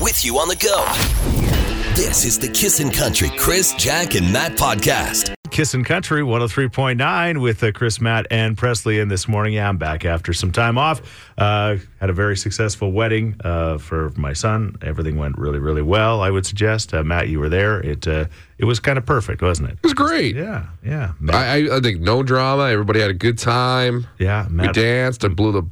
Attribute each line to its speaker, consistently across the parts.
Speaker 1: with you on the go. This is the Kissin' Country Chris, Jack, and Matt podcast.
Speaker 2: Kissin' Country 103.9 with uh, Chris, Matt, and Presley in this morning. Yeah, I'm back after some time off. Uh, had a very successful wedding uh, for my son. Everything went really, really well, I would suggest. Uh, Matt, you were there. It uh, it was kind of perfect, wasn't it?
Speaker 3: It was great.
Speaker 2: Yeah, yeah. Matt,
Speaker 3: I, I, I think no drama. Everybody had a good time.
Speaker 2: yeah,
Speaker 3: We
Speaker 2: Matt.
Speaker 3: danced. I blew the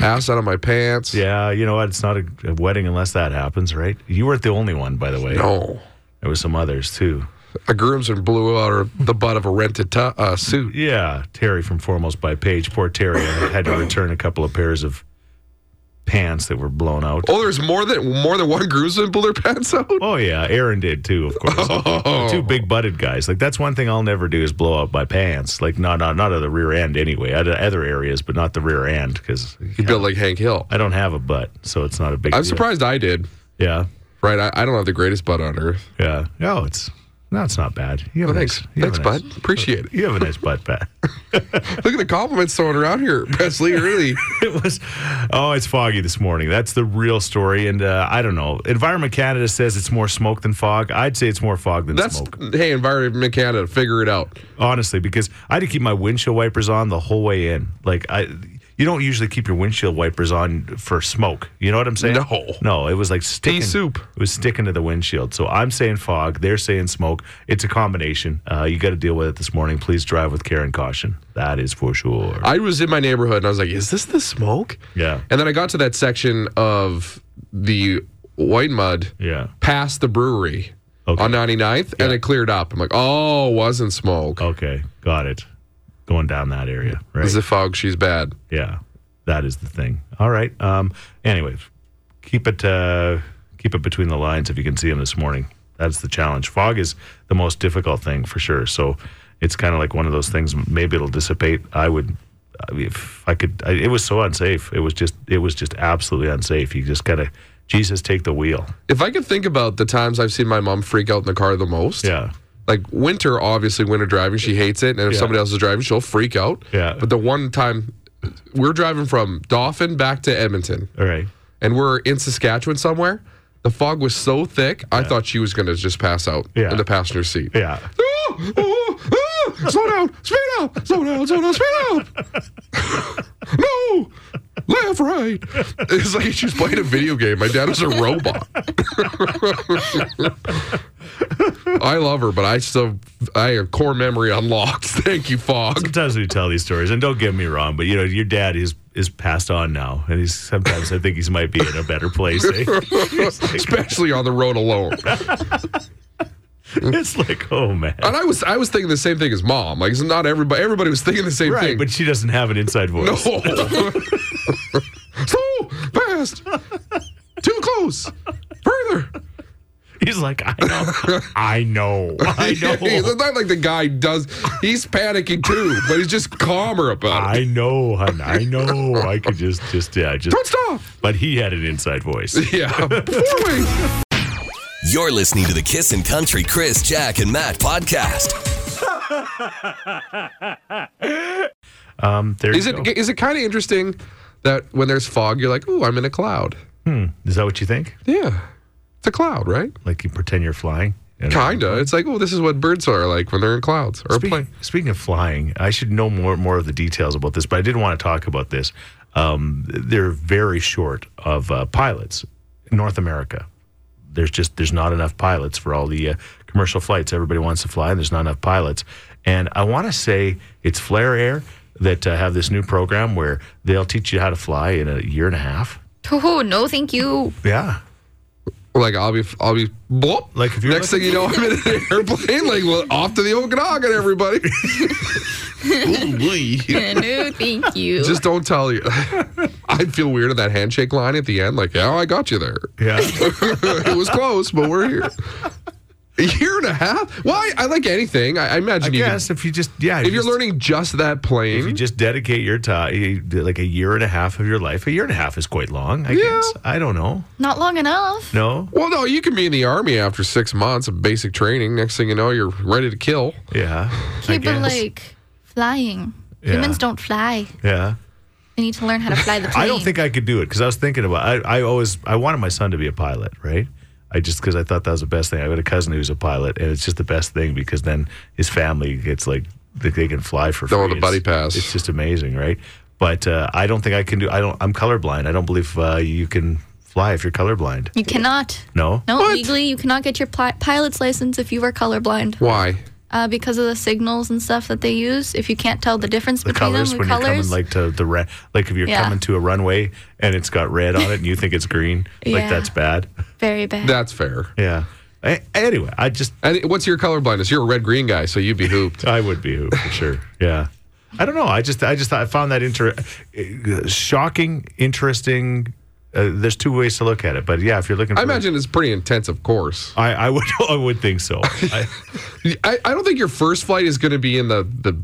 Speaker 3: ass out of my pants.
Speaker 2: Yeah, you know what? It's not a, a wedding unless that happens, right? You weren't the only one, by the way.
Speaker 3: No.
Speaker 2: There was some others, too.
Speaker 3: A groomsman blew out her, the butt of a rented tu uh, suit.
Speaker 2: Yeah, Terry from Foremost by Page. Poor Terry I had to return a couple of pairs of pants that were blown out.
Speaker 3: Oh, there's more than more than one groomsman blew their pants out.
Speaker 2: Oh yeah, Aaron did too, of course.
Speaker 3: Oh.
Speaker 2: Two big butted guys. Like that's one thing I'll never do is blow up my pants. Like not not not at the rear end anyway. At other areas, but not the rear end because
Speaker 3: You built like Hank Hill.
Speaker 2: I don't have a butt, so it's not a big.
Speaker 3: I'm
Speaker 2: deal.
Speaker 3: surprised I did.
Speaker 2: Yeah,
Speaker 3: Right, I, I don't have the greatest butt on earth.
Speaker 2: yeah. No, it's no, it's not bad. You have
Speaker 3: Well,
Speaker 2: a
Speaker 3: thanks,
Speaker 2: nice- you have
Speaker 3: thanks,
Speaker 2: a nice-
Speaker 3: bud. Appreciate it.
Speaker 2: You have a nice butt, Pat.
Speaker 3: Look at the compliments thrown around here, Presley. Really,
Speaker 2: it was oh it's foggy this morning that's the real story and uh, i don't know environment canada says it's more smoke than fog i'd say it's more fog than
Speaker 3: that's
Speaker 2: smoke
Speaker 3: hey, Environment Canada, figure it out.
Speaker 2: honestly because i had to keep my windshield wipers on the whole way in like i you don't usually keep your windshield wipers on for smoke you know what i'm saying
Speaker 3: No.
Speaker 2: no it was like sticking
Speaker 3: soup.
Speaker 2: it was sticking to the windshield so i'm saying fog they're saying smoke it's a combination uh, you got to deal with it this morning please drive with care and caution that is for sure
Speaker 3: I was in my neighborhood and I was like, is this the smoke?
Speaker 2: Yeah.
Speaker 3: And then I got to that section of the white mud
Speaker 2: yeah
Speaker 3: past the brewery
Speaker 2: Okay.
Speaker 3: on 99th and it cleared up. I'm like, oh, wasn't smoke.
Speaker 2: okay got it going down that area right
Speaker 3: Is the fog? She's bad.
Speaker 2: Yeah, that is the thing. All right. Um, anyways, keep it uh, keep it between the lines if you can see them this morning. That's the challenge. Fog is the most difficult thing for sure. So it's kind of like one of those things. Maybe it'll dissipate. I would. I mean, If I could, I, it was so unsafe. It was just, it was just absolutely unsafe. You just gotta, Jesus, take the wheel.
Speaker 3: If I could think about the times I've seen my mom freak out in the car the most,
Speaker 2: Yeah,
Speaker 3: like winter, obviously, winter driving, she hates it. And if
Speaker 2: Yeah.
Speaker 3: somebody else is driving, she'll freak out.
Speaker 2: Yeah.
Speaker 3: But the one time we're driving from Dauphin back to Edmonton
Speaker 2: all right.
Speaker 3: and we're in Saskatchewan somewhere, the fog was so thick, I thought she was going to just pass out
Speaker 2: Yeah.
Speaker 3: in the passenger seat.
Speaker 2: Yeah,
Speaker 3: Ah, ah, ah, slow down, speed up, slow down, slow down, speed up. no, left, right. It's like she's playing a video game. My dad was a robot. I love her, but I still, I have core memory unlocked. Thank you, fog.
Speaker 2: sometimes we tell these stories, and don't get me wrong, but you know, your dad is is passed on now, and he's sometimes I think he's might be in a better place. eh?
Speaker 3: Especially on the road alone.
Speaker 2: it's like, oh man.
Speaker 3: And I was I was thinking the same thing as mom. Like it's not everybody everybody was thinking the same
Speaker 2: Right,
Speaker 3: thing.
Speaker 2: but she doesn't have an inside
Speaker 3: No.
Speaker 2: voice.
Speaker 3: so fast. Too close. Further.
Speaker 2: He's like, I know, I know, I know,
Speaker 3: it's not like the guy does. He's panicking too, but he's just calmer about it.
Speaker 2: I know, hon, I know. I could just, just, yeah, just.
Speaker 3: Don't stop.
Speaker 2: But he had an inside voice.
Speaker 3: Yeah. Four ways.
Speaker 1: You're listening to the Kissin' Country Chris, Jack, and Matt podcast.
Speaker 2: Um, there
Speaker 3: Is
Speaker 2: you
Speaker 3: it
Speaker 2: go.
Speaker 3: is it kind of interesting that when there's fog, you're like, "Ooh, I'm in a cloud."
Speaker 2: Is that what you think?
Speaker 3: Yeah, it's a cloud, right?
Speaker 2: Like you pretend you're flying? You know?
Speaker 3: Kinda. It's like, "Oh, this is what birds are like when they're in clouds or a
Speaker 2: Speaking,
Speaker 3: plane."
Speaker 2: speaking of flying, I should know more more of the details about this, but I did want to talk about this. Um, they're very short of uh, pilots in North America. There's just there's not enough pilots for all the uh, commercial flights everybody wants to fly, and there's not enough pilots. And I want to say it's Flair Air that uh, have this new program where they'll teach you how to fly in a year and a half.
Speaker 4: Oh, no, thank you.
Speaker 2: Yeah,
Speaker 3: Like I'll be, I'll be, blop.
Speaker 2: Like, if you're
Speaker 3: next thing you know, I'm in an airplane, like well, off to the Okanagan, everybody. Ooh, wee.
Speaker 4: no, thank you.
Speaker 3: Just don't tell you. I'd feel weird in that handshake line at the end. Like, yeah, I got you there.
Speaker 2: yeah.
Speaker 3: it was close, but we're here. A year and a half? Why? I like anything. I, I
Speaker 2: I
Speaker 3: imagine you. can-
Speaker 2: guess if you just yeah,
Speaker 3: if you're
Speaker 2: just-
Speaker 3: learning just that
Speaker 2: If you
Speaker 3: plane,
Speaker 2: just dedicate your time, like a year and a half of your life, a year and a half is quite long, I
Speaker 3: Yeah.
Speaker 2: guess. I don't know.
Speaker 4: Not long enough.
Speaker 2: No?
Speaker 3: well, no, you can be in the army after six months of basic training. Next thing you know, you're ready to kill.
Speaker 2: Yeah. I
Speaker 4: Okay, but
Speaker 2: guess.
Speaker 4: like flying.
Speaker 2: Yeah.
Speaker 4: Humans don't fly.
Speaker 2: yeah.
Speaker 4: They need to learn how to fly the plane.
Speaker 2: I don't think I could do it because I was thinking about I, I always I wanted my son to be a pilot, right? I just because I thought that was the best thing. I got a cousin who's a pilot, and it's just the best thing because then his family gets like they, they can fly for free.
Speaker 3: They're on a buddy
Speaker 2: It's-
Speaker 3: pass.
Speaker 2: It's just amazing, right? But uh, I don't think I can do. I don't. I'm colorblind. I don't believe uh, you can fly if you're colorblind.
Speaker 4: You cannot.
Speaker 2: No.
Speaker 4: No,
Speaker 3: What?
Speaker 4: legally, you cannot get your pli- pilot's license if you are colorblind
Speaker 3: Why?
Speaker 4: uh, because of the signals and stuff that they use. If you can't tell the difference
Speaker 2: The
Speaker 4: between
Speaker 2: colors
Speaker 4: them,
Speaker 2: when
Speaker 4: colors.
Speaker 2: you're coming like to the red, like if you're
Speaker 4: Yeah.
Speaker 2: coming to a runway and it's got red on it and you think it's green, like
Speaker 4: Yeah.
Speaker 2: that's bad.
Speaker 4: very bad.
Speaker 3: That's fair.
Speaker 2: Yeah. A- anyway, I just
Speaker 3: And what's your color blindness? You're a red green guy, so you'd be hooped.
Speaker 2: I would be hoop for sure. Yeah. I don't know. I just I just I found that inter- uh, shocking, interesting. Uh, there's two ways to look at it, but yeah, if you're looking, for,
Speaker 3: I imagine it's pretty intense, of course.
Speaker 2: I, I would I would think so. I,
Speaker 3: I, I don't think your first flight is going to be in the, the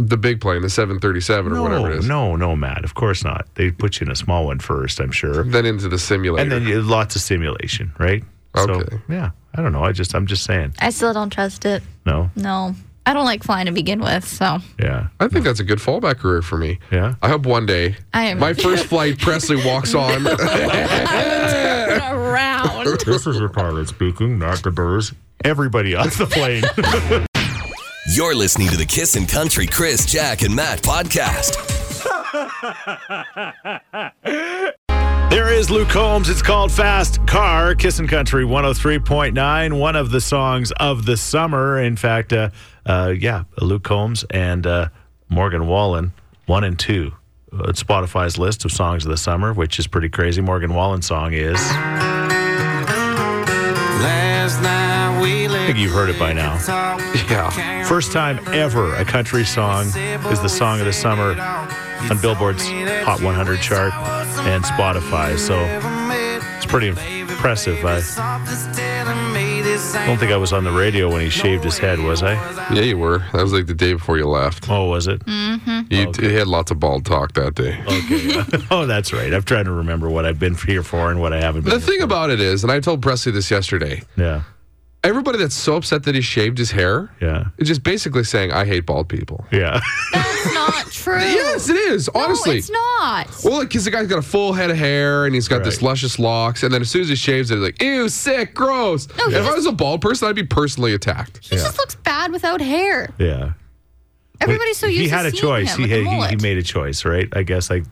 Speaker 3: the big plane, the 737 or
Speaker 2: no,
Speaker 3: whatever it is.
Speaker 2: no, no, Matt. Of course not. They put you in a small one first, I'm sure,
Speaker 3: Then into the simulator.
Speaker 2: and then you, lots of simulation, right?
Speaker 3: Okay.
Speaker 2: So yeah, I don't know. I just I'm just saying.
Speaker 4: I still don't trust it.
Speaker 2: No.
Speaker 4: No, I don't like flying to begin with. So
Speaker 2: Yeah.
Speaker 3: I think that's a good fallback career for me.
Speaker 2: Yeah.
Speaker 3: I hope one day
Speaker 4: I am-
Speaker 3: my first flight, Presley walks on.
Speaker 4: around.
Speaker 2: This is your pilot speaking, not the birds. Everybody on the plane.
Speaker 1: You're listening to the Kissin' Country Chris, Jack, and Matt podcast.
Speaker 2: There is Luke Combs. It's called Fast Car, Kissin' Country 103.9, one of the songs of the summer. In fact, uh, uh, yeah, Luke Combs and uh, Morgan Wallen, one and two. uh, It's Spotify's list of songs of the summer, which is pretty crazy. Morgan Wallen's song is, I
Speaker 5: Last night we
Speaker 2: think you've heard it by now.
Speaker 3: yeah.
Speaker 2: First time ever a country song is the song of the summer on Billboard's Hot 100 chart and Spotify. So it's pretty impressive. I don't think I was on the radio when he shaved his head, was I?
Speaker 3: Yeah, you were. That was like the day before you left.
Speaker 2: Oh, was it?
Speaker 3: You, you had lots of bald talk that day.
Speaker 2: Oh, that's right. I'm trying to remember what I've been here for and what I haven't been.
Speaker 3: The thing about it is, and I told Presley this yesterday,
Speaker 2: yeah,
Speaker 3: everybody that's so upset that he shaved his hair
Speaker 2: yeah,
Speaker 3: is just basically saying, I hate bald people.
Speaker 2: yeah.
Speaker 4: That's not true.
Speaker 3: Yes, it is, honestly.
Speaker 4: no, it's not.
Speaker 3: Well, because the guy's got a full head of hair and he's got this
Speaker 2: Right.
Speaker 3: luscious locks, and then as soon as he shaves it, he's like, ew, sick, gross.
Speaker 4: he
Speaker 3: if I
Speaker 4: just-
Speaker 3: was a bald person, I'd be personally attacked.
Speaker 4: He just looks bad without hair.
Speaker 2: yeah.
Speaker 4: Everybody's so used
Speaker 2: he
Speaker 4: to
Speaker 2: had a
Speaker 4: seeing
Speaker 2: choice.
Speaker 4: him
Speaker 2: He
Speaker 4: with the
Speaker 2: had he, he
Speaker 4: mullet.
Speaker 2: made a choice, right? I guess like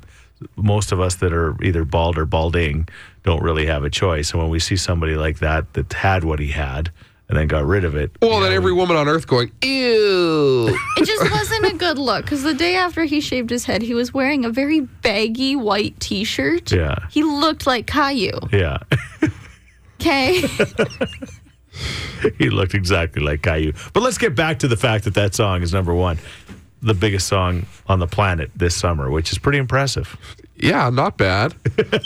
Speaker 2: most of us that are either bald or balding don't really have a choice. And when we see somebody like that that had what he had and then got rid of it,
Speaker 3: Well,
Speaker 2: you
Speaker 3: then
Speaker 2: know,
Speaker 3: every woman on earth going, ew.
Speaker 4: It just wasn't a good look because the day after he shaved his head, he was wearing a very baggy white t shirt.
Speaker 2: Yeah.
Speaker 4: He looked like Caillou.
Speaker 2: yeah,
Speaker 4: Okay.
Speaker 2: he looked exactly like Caillou. But let's get back to the fact that that song is number one, the biggest song on the planet this summer, which is pretty impressive.
Speaker 3: yeah, not bad.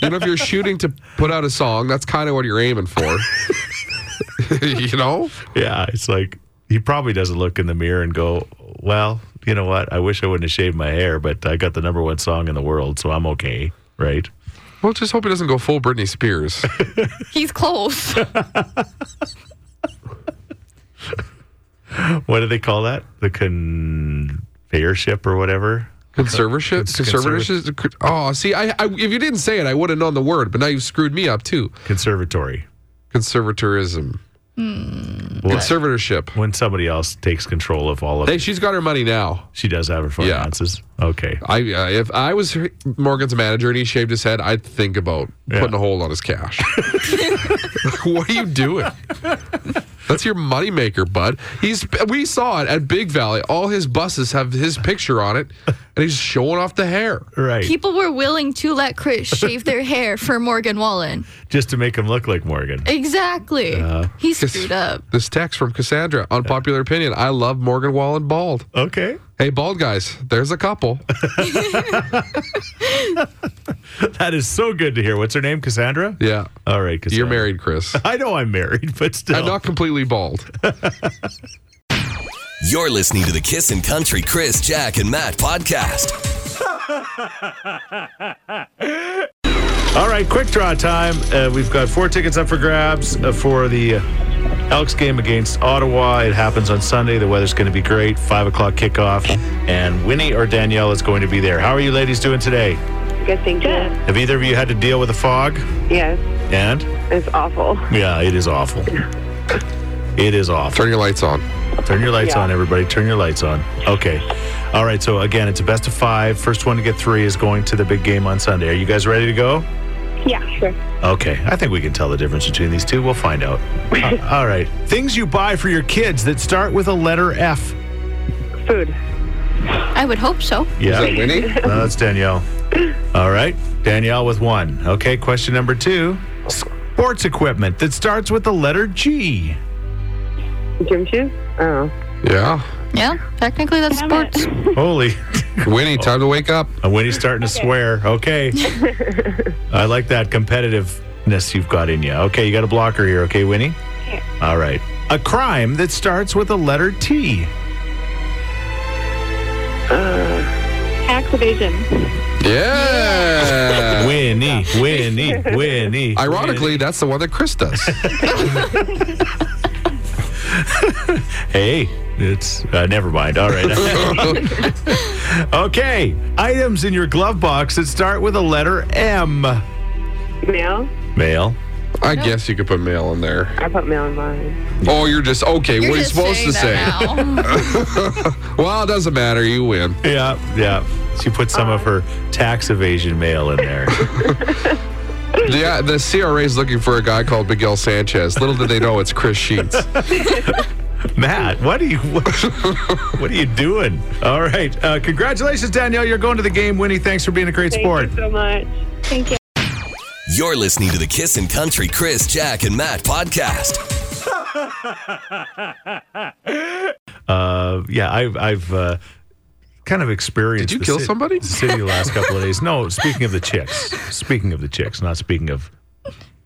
Speaker 3: You know, if you're shooting to put out a song, that's kind of what you're aiming for. you know?
Speaker 2: Yeah, it's like he probably doesn't look in the mirror and go, "Well, you know what? I wish I wouldn't have shaved my hair, but I got the number one song in the world, so I'm okay." Right?
Speaker 3: Well, just hope he doesn't go full Britney Spears.
Speaker 4: He's close.
Speaker 2: What do they call that? The conveyorship or whatever.
Speaker 3: Conservatorship? Conservatorship? Oh, see, I, I, if you didn't say it, I would have known the word, but now you've screwed me up too.
Speaker 2: Conservatory.
Speaker 3: Conservatorism.
Speaker 2: Well,
Speaker 3: Conservatorship.
Speaker 2: when somebody else takes control of all of
Speaker 3: Hey,
Speaker 2: it,
Speaker 3: she's got her money now.
Speaker 2: she does have her
Speaker 3: Yeah.
Speaker 2: finances. Okay.
Speaker 3: I uh, if I was her- Morgan's manager and he shaved his head, I'd think about
Speaker 2: Yeah.
Speaker 3: putting a hold on his cash. what are you doing? That's your moneymaker, bud. He's we saw it at Big Valley. All his buses have his picture on it, and he's showing off the hair.
Speaker 2: Right.
Speaker 4: People were willing to let Chris shave their hair for Morgan Wallen.
Speaker 2: Just to make him look like Morgan.
Speaker 4: Exactly. he screwed up.
Speaker 3: This text from Cassandra, unpopular opinion. I love Morgan Wallen bald.
Speaker 2: Okay.
Speaker 3: Hey, bald guys, there's a couple.
Speaker 2: That is so good to hear. What's her name? Cassandra?
Speaker 3: Yeah,
Speaker 2: All right, Cassandra.
Speaker 3: you're married, Chris.
Speaker 2: I know I'm married, but still.
Speaker 3: I'm not completely bald.
Speaker 1: You're listening to the Kissin' Country Chris, Jack, and Matt podcast.
Speaker 2: All right, quick draw time. Uh, we've got four tickets up for grabs uh, for the uh, Elks game against Ottawa. It happens on Sunday. The weather's going to be great. Five o'clock kickoff, and Winnie or Danielle is going to be there. How are you ladies doing today?
Speaker 6: Good, thank you.
Speaker 2: Have either of you had to deal with the fog?
Speaker 6: Yes.
Speaker 2: And
Speaker 6: It's awful.
Speaker 2: yeah, it is awful. It is awful.
Speaker 3: Turn your lights on.
Speaker 2: Turn your lights
Speaker 6: Yeah.
Speaker 2: on, everybody. Turn your lights on. Okay. All right. So again, it's a best of five. First one to get three is going to the big game on Sunday. Are you guys ready to go?
Speaker 6: Yeah, sure.
Speaker 2: Okay. I think we can tell the difference between these two. We'll find out. Uh, all right. Things you buy for your kids that start with a letter F.
Speaker 6: Food.
Speaker 4: I would hope so.
Speaker 3: Is
Speaker 2: Yeah.
Speaker 3: that Winnie?
Speaker 2: No, that's Danielle. All right. Danielle with one. Okay. Question number two. Sports equipment that starts with the letter G.
Speaker 6: Gym shoes? Oh.
Speaker 3: Yeah.
Speaker 4: Yeah, technically that's
Speaker 6: Damn it.
Speaker 4: sports.
Speaker 2: Holy.
Speaker 3: Winnie, time to wake up.
Speaker 2: And when he's starting to swear, okay. I like that competitiveness you've got in you. Okay, you got a blocker here, okay, Winnie? All right. A crime that starts with a letter T.
Speaker 6: Tax evasion.
Speaker 3: Yeah.
Speaker 2: Winnie, Winnie, Winnie.
Speaker 3: Ironically, that's the one that Chris does.
Speaker 2: Winnie. hey, it's uh, never mind. All right. okay, items in your glove box that start with a letter M.
Speaker 6: Mail?
Speaker 2: Mail.
Speaker 3: I guess you could put mail in there.
Speaker 6: I put mail in mine.
Speaker 3: Oh, you're just okay.
Speaker 4: You're
Speaker 3: what are you
Speaker 4: just
Speaker 3: supposed to say?
Speaker 4: saying that now.
Speaker 3: Well, it doesn't matter. You win.
Speaker 2: Yeah, yeah. She put some of her tax evasion mail in there.
Speaker 3: Yeah, the CRA is looking for a guy called Miguel Sanchez. Little did they know it's Chris Sheets.
Speaker 2: Matt, what are you what, what are you doing? All right, uh, congratulations, Danielle. You're going to the game, Winnie. Thanks for being a great sport.
Speaker 6: Thank you so much. Thank you.
Speaker 1: You're listening to the Kissin' Country Chris, Jack, and Matt podcast.
Speaker 2: Uh, yeah, I've I've uh, kind of experienced.
Speaker 3: Did you
Speaker 2: the
Speaker 3: kill
Speaker 2: ci-
Speaker 3: somebody?
Speaker 2: the city the last couple of days. No, speaking of the chicks. Speaking of the chicks, not speaking of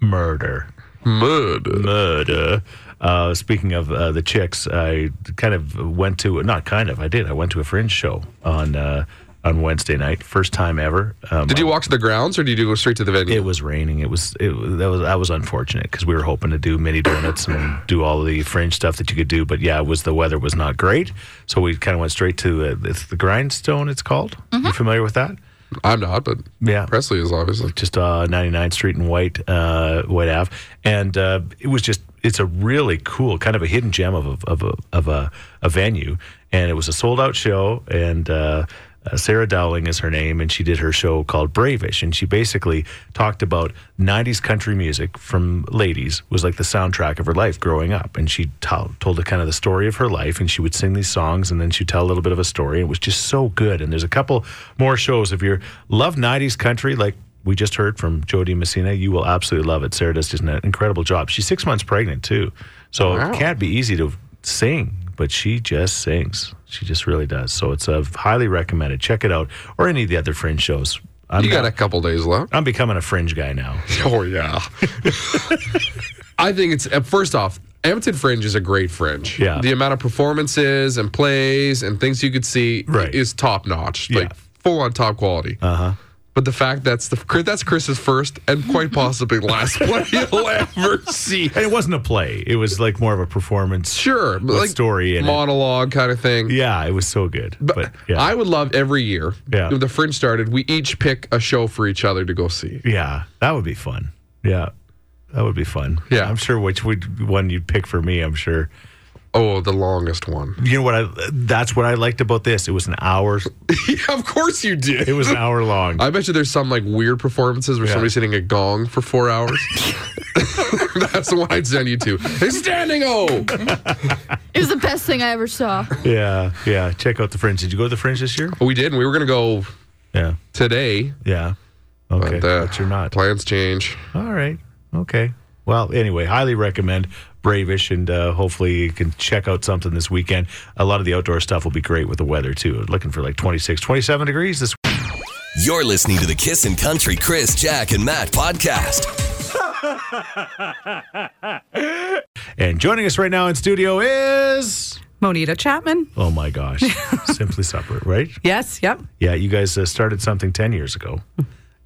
Speaker 2: murder.
Speaker 3: Mud.
Speaker 2: murder. Uh, speaking of uh, the chicks, I kind of went to not kind of I did I went to a fringe show on uh, on Wednesday night, first time ever. Um,
Speaker 3: Did you walk to the grounds or did you go straight to the venue?
Speaker 2: It was raining. It was it was- that was that was unfortunate because we were hoping to do mini donuts and do all the fringe stuff that you could do. But yeah, it was the weather was not great, so we kind of went straight to uh, it's the grindstone. It's called. You familiar with that?
Speaker 3: I'm not, but
Speaker 2: Yeah.
Speaker 3: Presley is obviously.
Speaker 2: just uh, 99th Street and White uh, White Ave, and uh, it was just it's a really cool kind of a hidden gem of a, of a, of a, a venue, and it was a sold out show, and uh, uh, Sarah Dowling is her name, and she did her show called Bravish, and she basically talked about 90s country music from ladies was like the soundtrack of her life growing up, and she to- told a kind of the story of her life, and she would sing these songs, and then she'd tell a little bit of a story. It was just so good, and there's a couple more shows if you love 90s country like we just heard from Jody Messina. You will absolutely love it. Sarah does just an incredible job. She's six months pregnant too, so
Speaker 3: Wow.
Speaker 2: it can't be easy to sing, but she just sings. She just really does. So it's a highly recommended. Check it out or any of the other fringe shows. I'm
Speaker 3: You got
Speaker 2: not-
Speaker 3: a couple days left.
Speaker 2: I'm becoming a fringe guy now.
Speaker 3: Oh yeah. I think it's uh, first off, Edmonton Fringe is a great fringe.
Speaker 2: Yeah.
Speaker 3: The amount of performances and plays and things you could see
Speaker 2: Right.
Speaker 3: is top notch.
Speaker 2: Yeah. Uh-huh.
Speaker 3: Like full on top quality. Uh huh. But the fact that's the Chris- that's Chris's first and quite possibly last play you'll ever see.
Speaker 2: And it wasn't a play. It was like more of a performance.
Speaker 3: Sure, but
Speaker 2: With
Speaker 3: like
Speaker 2: story in it.
Speaker 3: monologue kind of thing.
Speaker 2: Yeah, it was so good. But, yeah,
Speaker 3: I would love every year
Speaker 2: Yeah.
Speaker 3: when the fringe started, we each pick a show for each other to go see.
Speaker 2: yeah, that would be fun. Yeah. That would be fun.
Speaker 3: Yeah.
Speaker 2: I'm sure which would one you'd pick for me, I'm sure.
Speaker 3: Oh, the longest one.
Speaker 2: You know what I that's what I liked about this. It was an hour
Speaker 3: yeah, of course you did.
Speaker 2: It was an hour long.
Speaker 3: I bet you there's some like weird performances where
Speaker 2: Yeah.
Speaker 3: somebody's hitting a gong for four hours. That's the one I'd send you to. It's standing oh! O.
Speaker 4: It was the best thing I ever saw.
Speaker 2: yeah, yeah. Check out the Fringe. Did you go to the Fringe this year?
Speaker 3: We did. and We were gonna go
Speaker 2: Yeah,
Speaker 3: today,
Speaker 2: yeah. Okay,
Speaker 3: but, uh,
Speaker 2: but you're not.
Speaker 3: Plans change.
Speaker 2: All right. Okay. Well, anyway, highly recommend Bravish, and uh, hopefully you can check out something this weekend. A lot of the outdoor stuff will be great with the weather too. Looking for like 26, 27 degrees this.
Speaker 1: You're listening to the Kissin' Country Chris, Jack, and Matt podcast.
Speaker 2: And joining us right now in studio is
Speaker 7: Monita Chapman.
Speaker 2: oh my gosh, Simply Supper, right?
Speaker 7: Yes, yep.
Speaker 2: Yeah, you guys uh, started something 10 years ago.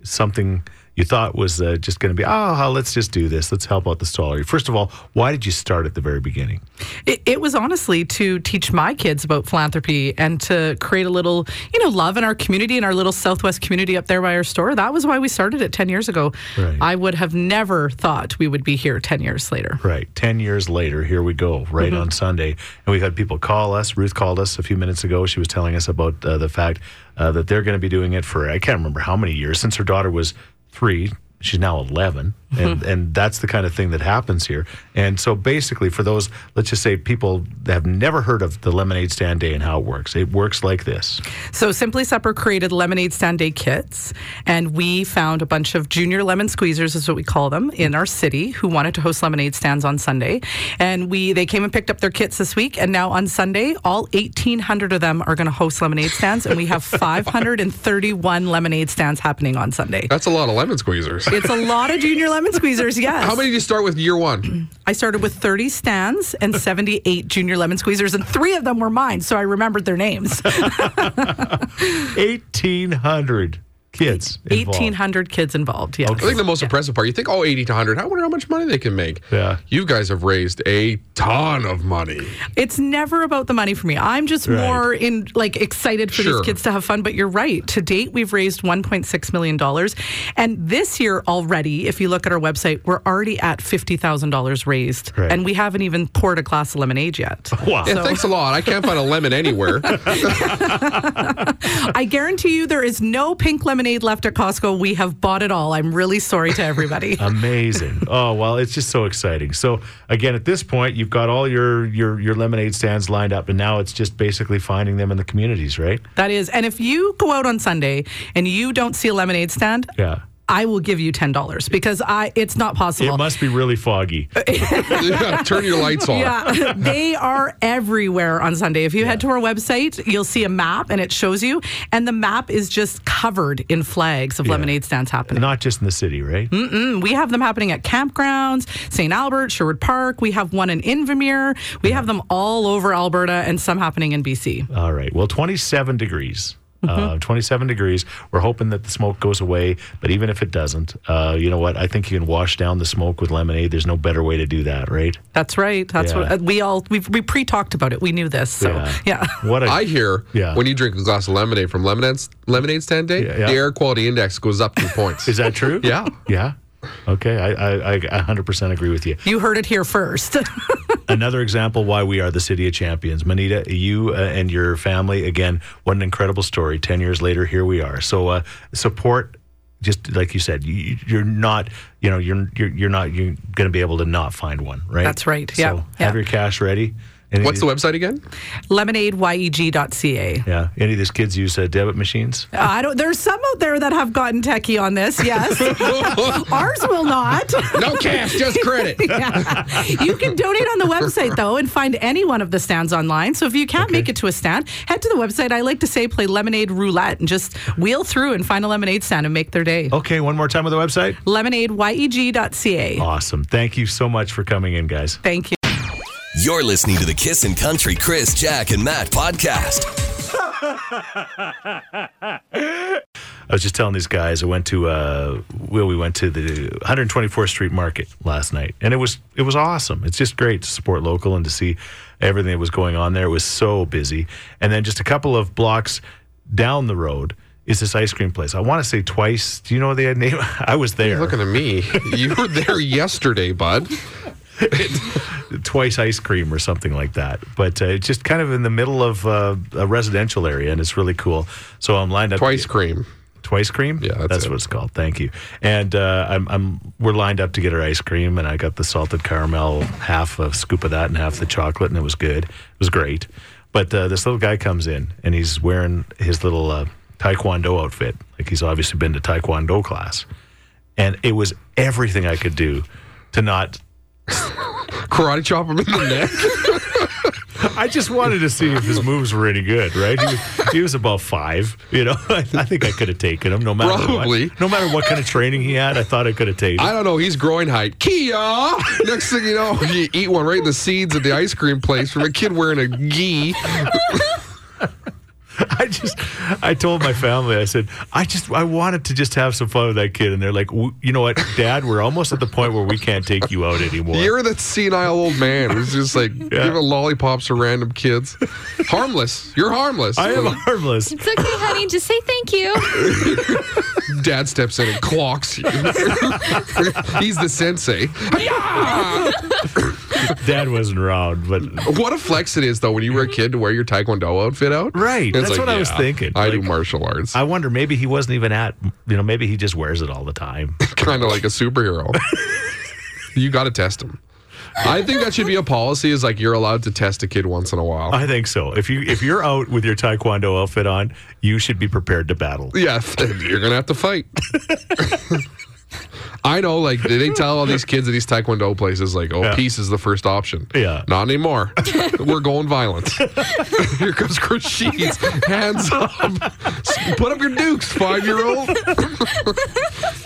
Speaker 2: Something you thought was uh, just going to be, ah, let's just do this. Let's help out the stollery. First of all, why did you start at the very beginning?
Speaker 7: It, it was honestly to teach my kids about philanthropy and to create a little, you know, love in our community, in our little Southwest community up there by our store. That was why we started it 10 years ago.
Speaker 2: Right.
Speaker 7: I would have never thought we would be here 10 years later.
Speaker 2: Right. 10 years later, here we go, right on Sunday. And we've had people call us. Ruth called us a few minutes ago. She was telling us about uh, the fact uh, that they're going to be doing it for, I can't remember how many years, since her daughter was three. She's now 11. And, and that's the kind of thing that happens here. And so basically, for those, let's just say people that have never heard of the lemonade stand day and how it works, it works like this.
Speaker 7: So Simply Supper created lemonade stand day kits, and we found a bunch of junior lemon squeezers, is what we call them, in our city who wanted to host lemonade stands on Sunday, and we they came and picked up their kits this week, and now on Sunday, all 1,800 of them are going to host lemonade stands, and we have 531 lemonade stands happening on Sunday.
Speaker 3: That's a lot of lemon squeezers.
Speaker 7: It's a lot of junior lemon squeezers, yes.
Speaker 3: How many do you start with year one?
Speaker 7: I started with 30 stands and 78 junior lemon squeezers, and three of them were mine, so I remembered their names.
Speaker 2: 1,800 kids. involved.
Speaker 7: 1,800 kids involved, yes.
Speaker 3: I think the most impressive part, you think, oh, 80 to 100. I wonder how much money they can make.
Speaker 2: Yeah.
Speaker 3: You guys have raised a ton of money.
Speaker 7: It's never about the money for me. I'm just
Speaker 2: Right.
Speaker 7: more in like excited for
Speaker 3: Sure.
Speaker 7: these kids to have fun. But you're right. To date, we've raised 1.6 million dollars, and this year already, if you look at our website, we're already at fifty thousand dollars raised,
Speaker 2: Right.
Speaker 7: and we haven't even poured a glass of lemonade yet.
Speaker 2: Wow.
Speaker 3: Yeah, thanks a lot. I can't find a lemon anywhere.
Speaker 7: I guarantee you, there is no pink lemonade left at Costco. We have bought it all. I'm really sorry to everybody.
Speaker 2: Um, Amazing. Oh well, it's just so exciting. So again, at this point, you've got all your your your lemonade stands lined up, and now it's just basically finding them in the communities, right?
Speaker 7: that is, and if you go out on Sunday and you don't see a lemonade stand.
Speaker 2: Yeah.
Speaker 7: I will give you ten dollars because I it's not possible.
Speaker 2: It must be really foggy.
Speaker 3: uh, Yeah, Turn your lights on.
Speaker 7: Yeah, they are everywhere on Sunday. If you head to our website, you'll see a map and it shows you. And the map is just covered in flags of lemonade stands happening.
Speaker 2: Not just in the city, right?
Speaker 3: Hmm?
Speaker 7: And we have them happening at campgrounds, St. Albert, Sherwood Park. We have one in Invermere. We have them all over Alberta and some happening in BC.
Speaker 2: All right. Well, 27 degrees.
Speaker 3: Mm-hmm.
Speaker 2: Uh, 27 degrees. We're hoping that the smoke goes away, but even if it doesn't, uh, you know what? I think you can wash down the smoke with lemonade. There's no better way to do that, right?
Speaker 7: That's right. That's
Speaker 2: Yeah.
Speaker 7: what uh, we all we we pre talked about it. We knew this. So yeah.
Speaker 2: What a
Speaker 3: I hear
Speaker 2: Yeah.
Speaker 3: when you drink a glass of lemonade from lemonade, lemonade stand day,
Speaker 2: Yeah, yeah.
Speaker 3: the air quality index goes up two points.
Speaker 2: is that true?
Speaker 3: Yeah.
Speaker 2: Yeah. Okay. I, I, I 100% agree with you.
Speaker 7: You heard it here first.
Speaker 2: Another example why we are the city of champions. Manita, you uh, and your family, again, what an incredible story. 10 years later, here we are. So, uh, support, just like you said, you, you're not, you know, you're, you're, you're not, you're going to be able to not find one, right?
Speaker 7: That's right.
Speaker 2: So
Speaker 7: Yeah.
Speaker 2: have
Speaker 7: Yeah.
Speaker 2: your cash ready. Any
Speaker 3: What's the
Speaker 2: of
Speaker 3: website again?
Speaker 7: Lemonadeyeg.ca.
Speaker 2: these- Yeah. Any of these kids use uh, debit machines?
Speaker 7: I don't. There's some out there that have gotten techie on this. Yes, ours will not.
Speaker 3: No cash, just credit.
Speaker 7: Yeah. You can donate on the website though, and find any one of the stands online. So if you can't make it to a stand, head to the website. I like to say play lemonade roulette and just wheel through and find a lemonade stand and make their day. E
Speaker 2: Okay. One more time with the website.
Speaker 7: Lemonadeyeg.ca.
Speaker 2: Awesome. Thank you so much for coming in, guys.
Speaker 7: Thank you.
Speaker 1: You're listening to the Kissin' Country Chris, Jack, and Matt podcast.
Speaker 2: I was just telling these guys I went to uh, Will. We went to the 124th Street Market last night, and it was it was awesome. It's just great to support local and to see everything that was going on there. It was so busy, and then just a couple of blocks down the road is this ice cream place. I want to say twice. Do you know the name? I was there.
Speaker 3: Looking at me. You were there yesterday, bud.
Speaker 2: twice ice cream or something like that. But uh, it's just kind of in the middle of uh, a residential area, and it's really cool. So I'm lined up
Speaker 3: Twice cream.
Speaker 2: Twice cream?
Speaker 3: Yeah, that's
Speaker 2: that's
Speaker 3: it.
Speaker 2: what it's called. Thank you. And uh, I'm, I'm we're lined up to get our ice cream, and I got the salted caramel, half a scoop of that, and half the chocolate, and it was good. It was great. But uh, this little guy comes in, and he's wearing his little uh, taekwondo outfit, like he's obviously been to taekwondo class, and it was everything I could do to not.
Speaker 3: Karate chop him in the neck.
Speaker 2: I just wanted to see if his moves were any good, right? He was, he was about five, you know. I, I think I could have taken him, no matter
Speaker 3: Probably.
Speaker 2: what, no matter what kind of training he had. I thought I could have taken. him.
Speaker 3: I don't know. He's groin height. Kia. Next thing you know, you eat one right in the seeds at the ice cream place from a kid wearing a gi.
Speaker 2: I just, I told my family, I said, I just, I wanted to just have some fun with that kid. And they're like, "W- you know what, Dad, we're almost at the point where we can't take you out anymore.
Speaker 3: You're that senile old man who's just like giving lollipops to random kids. harmless. You're harmless.
Speaker 2: I am harmless.
Speaker 4: It's okay, honey. Just say thank you.
Speaker 3: Dad steps in and clocks you. He's the sensei.
Speaker 2: Dad wasn't around, but
Speaker 3: What a flex it is, though, when you were a kid to wear your Taekwondo outfit out.
Speaker 2: Right,
Speaker 3: It's
Speaker 2: that's what I was thinking.
Speaker 3: I do
Speaker 2: Like-
Speaker 3: martial arts.
Speaker 2: I wonder maybe he wasn't even at, you know, maybe he just wears it all the time.
Speaker 3: kind of like a superhero. you got to test him. I think that should be a policy. Is like you're allowed to test a kid once in a while.
Speaker 2: I think so. If you if you're out with your taekwondo outfit on, you should be prepared to battle.
Speaker 3: Yeah, you're gonna have to fight. I know, like they tell all these kids at these taekwondo places, like, oh,
Speaker 2: Yeah.
Speaker 3: peace is the first option.
Speaker 2: Yeah.
Speaker 3: not anymore. We're going violent. Here comes Chris Sheets. Hands up. Put up your dukes, five year old.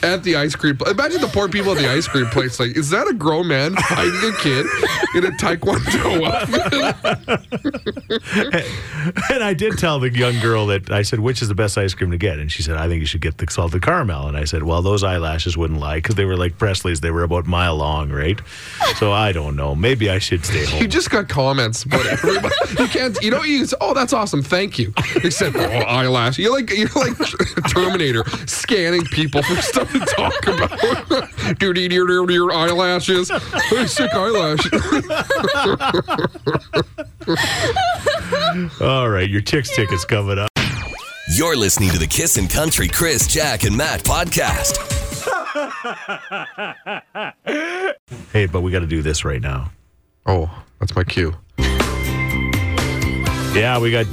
Speaker 3: at the ice cream. pla- Imagine the poor people at the ice cream place. Like, is that a grown man fighting a kid in a taekwondo outfit?
Speaker 2: And I did tell the young girl that I said, which is the best ice cream to get? And she said, I think you should get the salted caramel. And I said, well, those eyelashes wouldn't lie because they were like Presley's. They were about a mile long, right? So I don't know. Maybe I should stay
Speaker 3: You
Speaker 2: home.
Speaker 3: just got comments, but everybody you can't. You know, you just, oh, that's awesome, thank you. Except oh, eyelash. You're like you're like Terminator, scanning people for stuff to talk about. Dude, eat your, your, your eyelashes. Hey, Sick eyelash.
Speaker 2: All right, your chicks ticket's coming up.
Speaker 1: You're listening to the Kissin' Country Chris, Jack, and Matt podcast.
Speaker 2: Hey, but we got to do this right now.
Speaker 3: Oh, that's my cue.
Speaker 2: Yeah, we got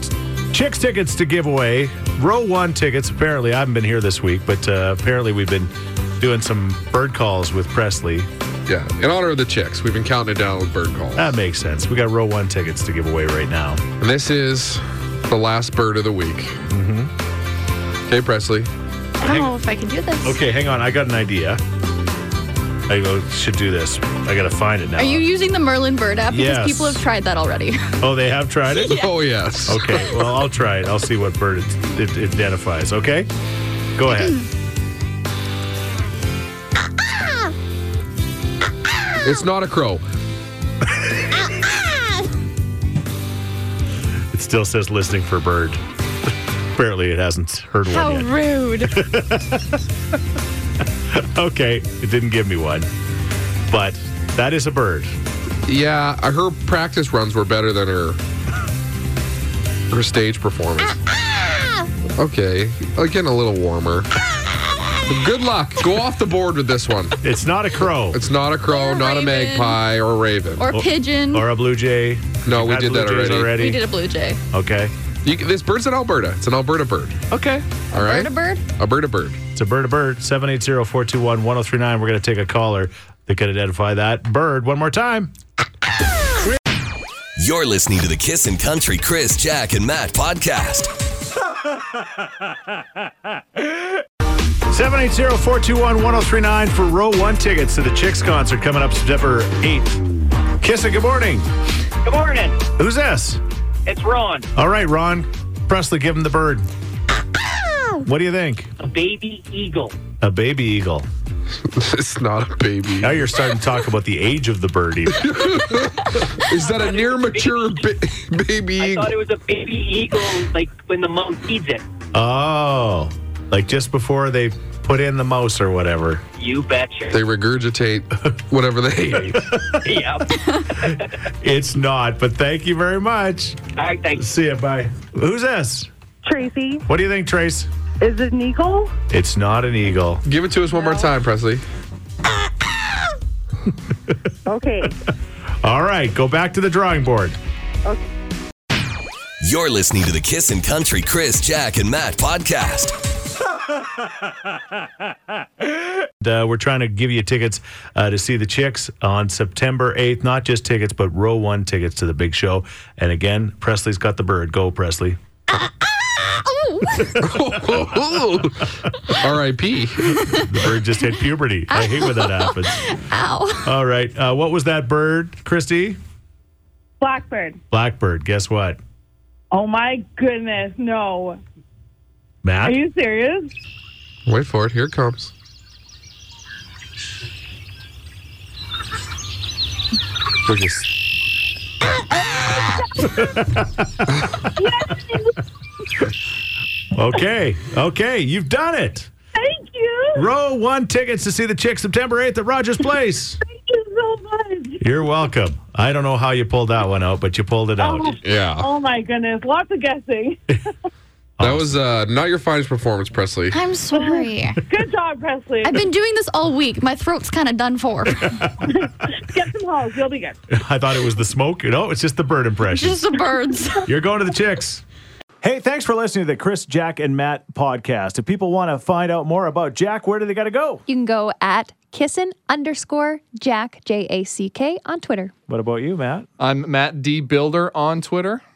Speaker 2: chicks tickets to give away. Row one tickets. Apparently, I haven't been here this week, but uh, apparently we've been doing some bird calls with Presley.
Speaker 3: Yeah, in honor of the chicks, we've been counting it down with bird calls,
Speaker 2: That makes sense. We got row one tickets to give away right now.
Speaker 3: and this is the last bird of the week. Mm-hmm. Okay, Presley.
Speaker 4: I don't know Oh, if I can do this.
Speaker 2: Okay, hang on. I got an idea. I go- should do this. I gotta find it now.
Speaker 4: Are you using the Merlin Bird app?
Speaker 2: Yes.
Speaker 4: Because people have tried that already.
Speaker 2: oh, they have tried it.
Speaker 3: Oh yes.
Speaker 2: Okay. Well, I'll try it. I'll see what bird it, it identifies. Okay. Go ahead.
Speaker 3: It's not a crow.
Speaker 2: It still says listening for bird. Apparently, it hasn't heard one
Speaker 4: How
Speaker 2: yet.
Speaker 4: rude.
Speaker 2: Okay, it didn't give me one, but that is a bird.
Speaker 3: Yeah, uh, her practice runs were better than her her stage performance. Okay, uh, getting a little warmer. Good luck. Go off the board with this one.
Speaker 2: It's not a crow
Speaker 3: It's not a crow,
Speaker 4: Or a
Speaker 3: not a
Speaker 4: raven.
Speaker 3: magpie, or a raven.
Speaker 4: Or pigeon.
Speaker 2: or a blue jay.
Speaker 3: no, we
Speaker 2: Had
Speaker 3: did
Speaker 2: blue
Speaker 3: that
Speaker 2: jays
Speaker 3: already.
Speaker 4: we did a blue jay.
Speaker 2: Okay.
Speaker 3: You can- this bird's in Alberta. It's an Alberta bird.
Speaker 2: Okay.
Speaker 3: All right,
Speaker 4: Bird a bird?
Speaker 3: Alberta bird.
Speaker 2: It's a bird of bird. 780-421-1039. We're going to take a caller that can identify that bird one more time.
Speaker 1: You're listening to the Kissin' Country Chris, Jack, and Matt podcast.
Speaker 2: 780-421-1039 for row one tickets to the Chicks concert coming up September 8th. Kissa, good morning.
Speaker 8: Good morning.
Speaker 2: Who's this?
Speaker 8: It's Ron.
Speaker 2: All right, Ron. Presley, give him the bird. What do you think?
Speaker 8: A baby eagle.
Speaker 2: A baby eagle.
Speaker 3: it's not a baby.
Speaker 2: Now you're starting to talk about the age of the bird even.
Speaker 3: Is that a near mature ba- baby
Speaker 8: I
Speaker 3: eagle?
Speaker 8: thought it was a baby eagle, like when the mom feeds it.
Speaker 2: Oh, like just before they put in the mouse or whatever.
Speaker 8: You betcha.
Speaker 3: They regurgitate whatever they ate.
Speaker 8: yeah. All
Speaker 2: It's not, but thank you very much.
Speaker 8: right, thanks.
Speaker 2: See ya. Bye. Who's this?
Speaker 6: Tracy,
Speaker 2: What do you think, Trace?
Speaker 6: is it an eagle?
Speaker 2: It's not an eagle.
Speaker 3: Give it to us one more time, Presley.
Speaker 6: Okay.
Speaker 2: All right, go back to the drawing board.
Speaker 1: You're listening to the Kissin' Country Chris, Jack, and Matt podcast.
Speaker 2: Uh, we're trying to give you tickets uh, to see the Chicks on September 8th. Not just tickets, but row one tickets to the big show. And again, Presley's got the bird. Go, Presley.
Speaker 4: Oh,
Speaker 3: R.I.P.
Speaker 2: The bird just hit puberty. I hate when that happens.
Speaker 4: ow.
Speaker 2: All right, uh, what was that bird, Christy?
Speaker 6: Blackbird.
Speaker 2: Blackbird. Guess what?
Speaker 6: Oh my goodness, no. Are
Speaker 2: Matt?
Speaker 6: you serious?
Speaker 3: Wait for it. Here it comes. Look at this.
Speaker 2: Okay. Okay. You've done it.
Speaker 6: Thank you.
Speaker 2: Row one tickets to see the chick September 8th at Rogers Place.
Speaker 6: Thank you so much.
Speaker 2: You're welcome. I don't know how you pulled that one out, but you pulled it out.
Speaker 6: Oh,
Speaker 3: Yeah.
Speaker 6: oh my goodness, lots of guessing.
Speaker 3: That was uh, not your finest performance, Presley.
Speaker 4: I'm sorry.
Speaker 6: Good job, Presley.
Speaker 4: I've been doing this all week. My throat's kind of done for.
Speaker 6: Get some hoes. You'll be good.
Speaker 2: I thought it was the smoke. No, it's just the bird impression.
Speaker 4: Just the birds.
Speaker 2: You're going to the chicks.
Speaker 9: Hey, thanks for listening to the Chris, Jack, and Matt podcast. If people want to find out more about Jack, where do they got to go?
Speaker 10: You can go at kissin underscore Jack, J A C K, on Twitter.
Speaker 9: What about you, Matt?
Speaker 11: I'm Matt D Builder on Twitter.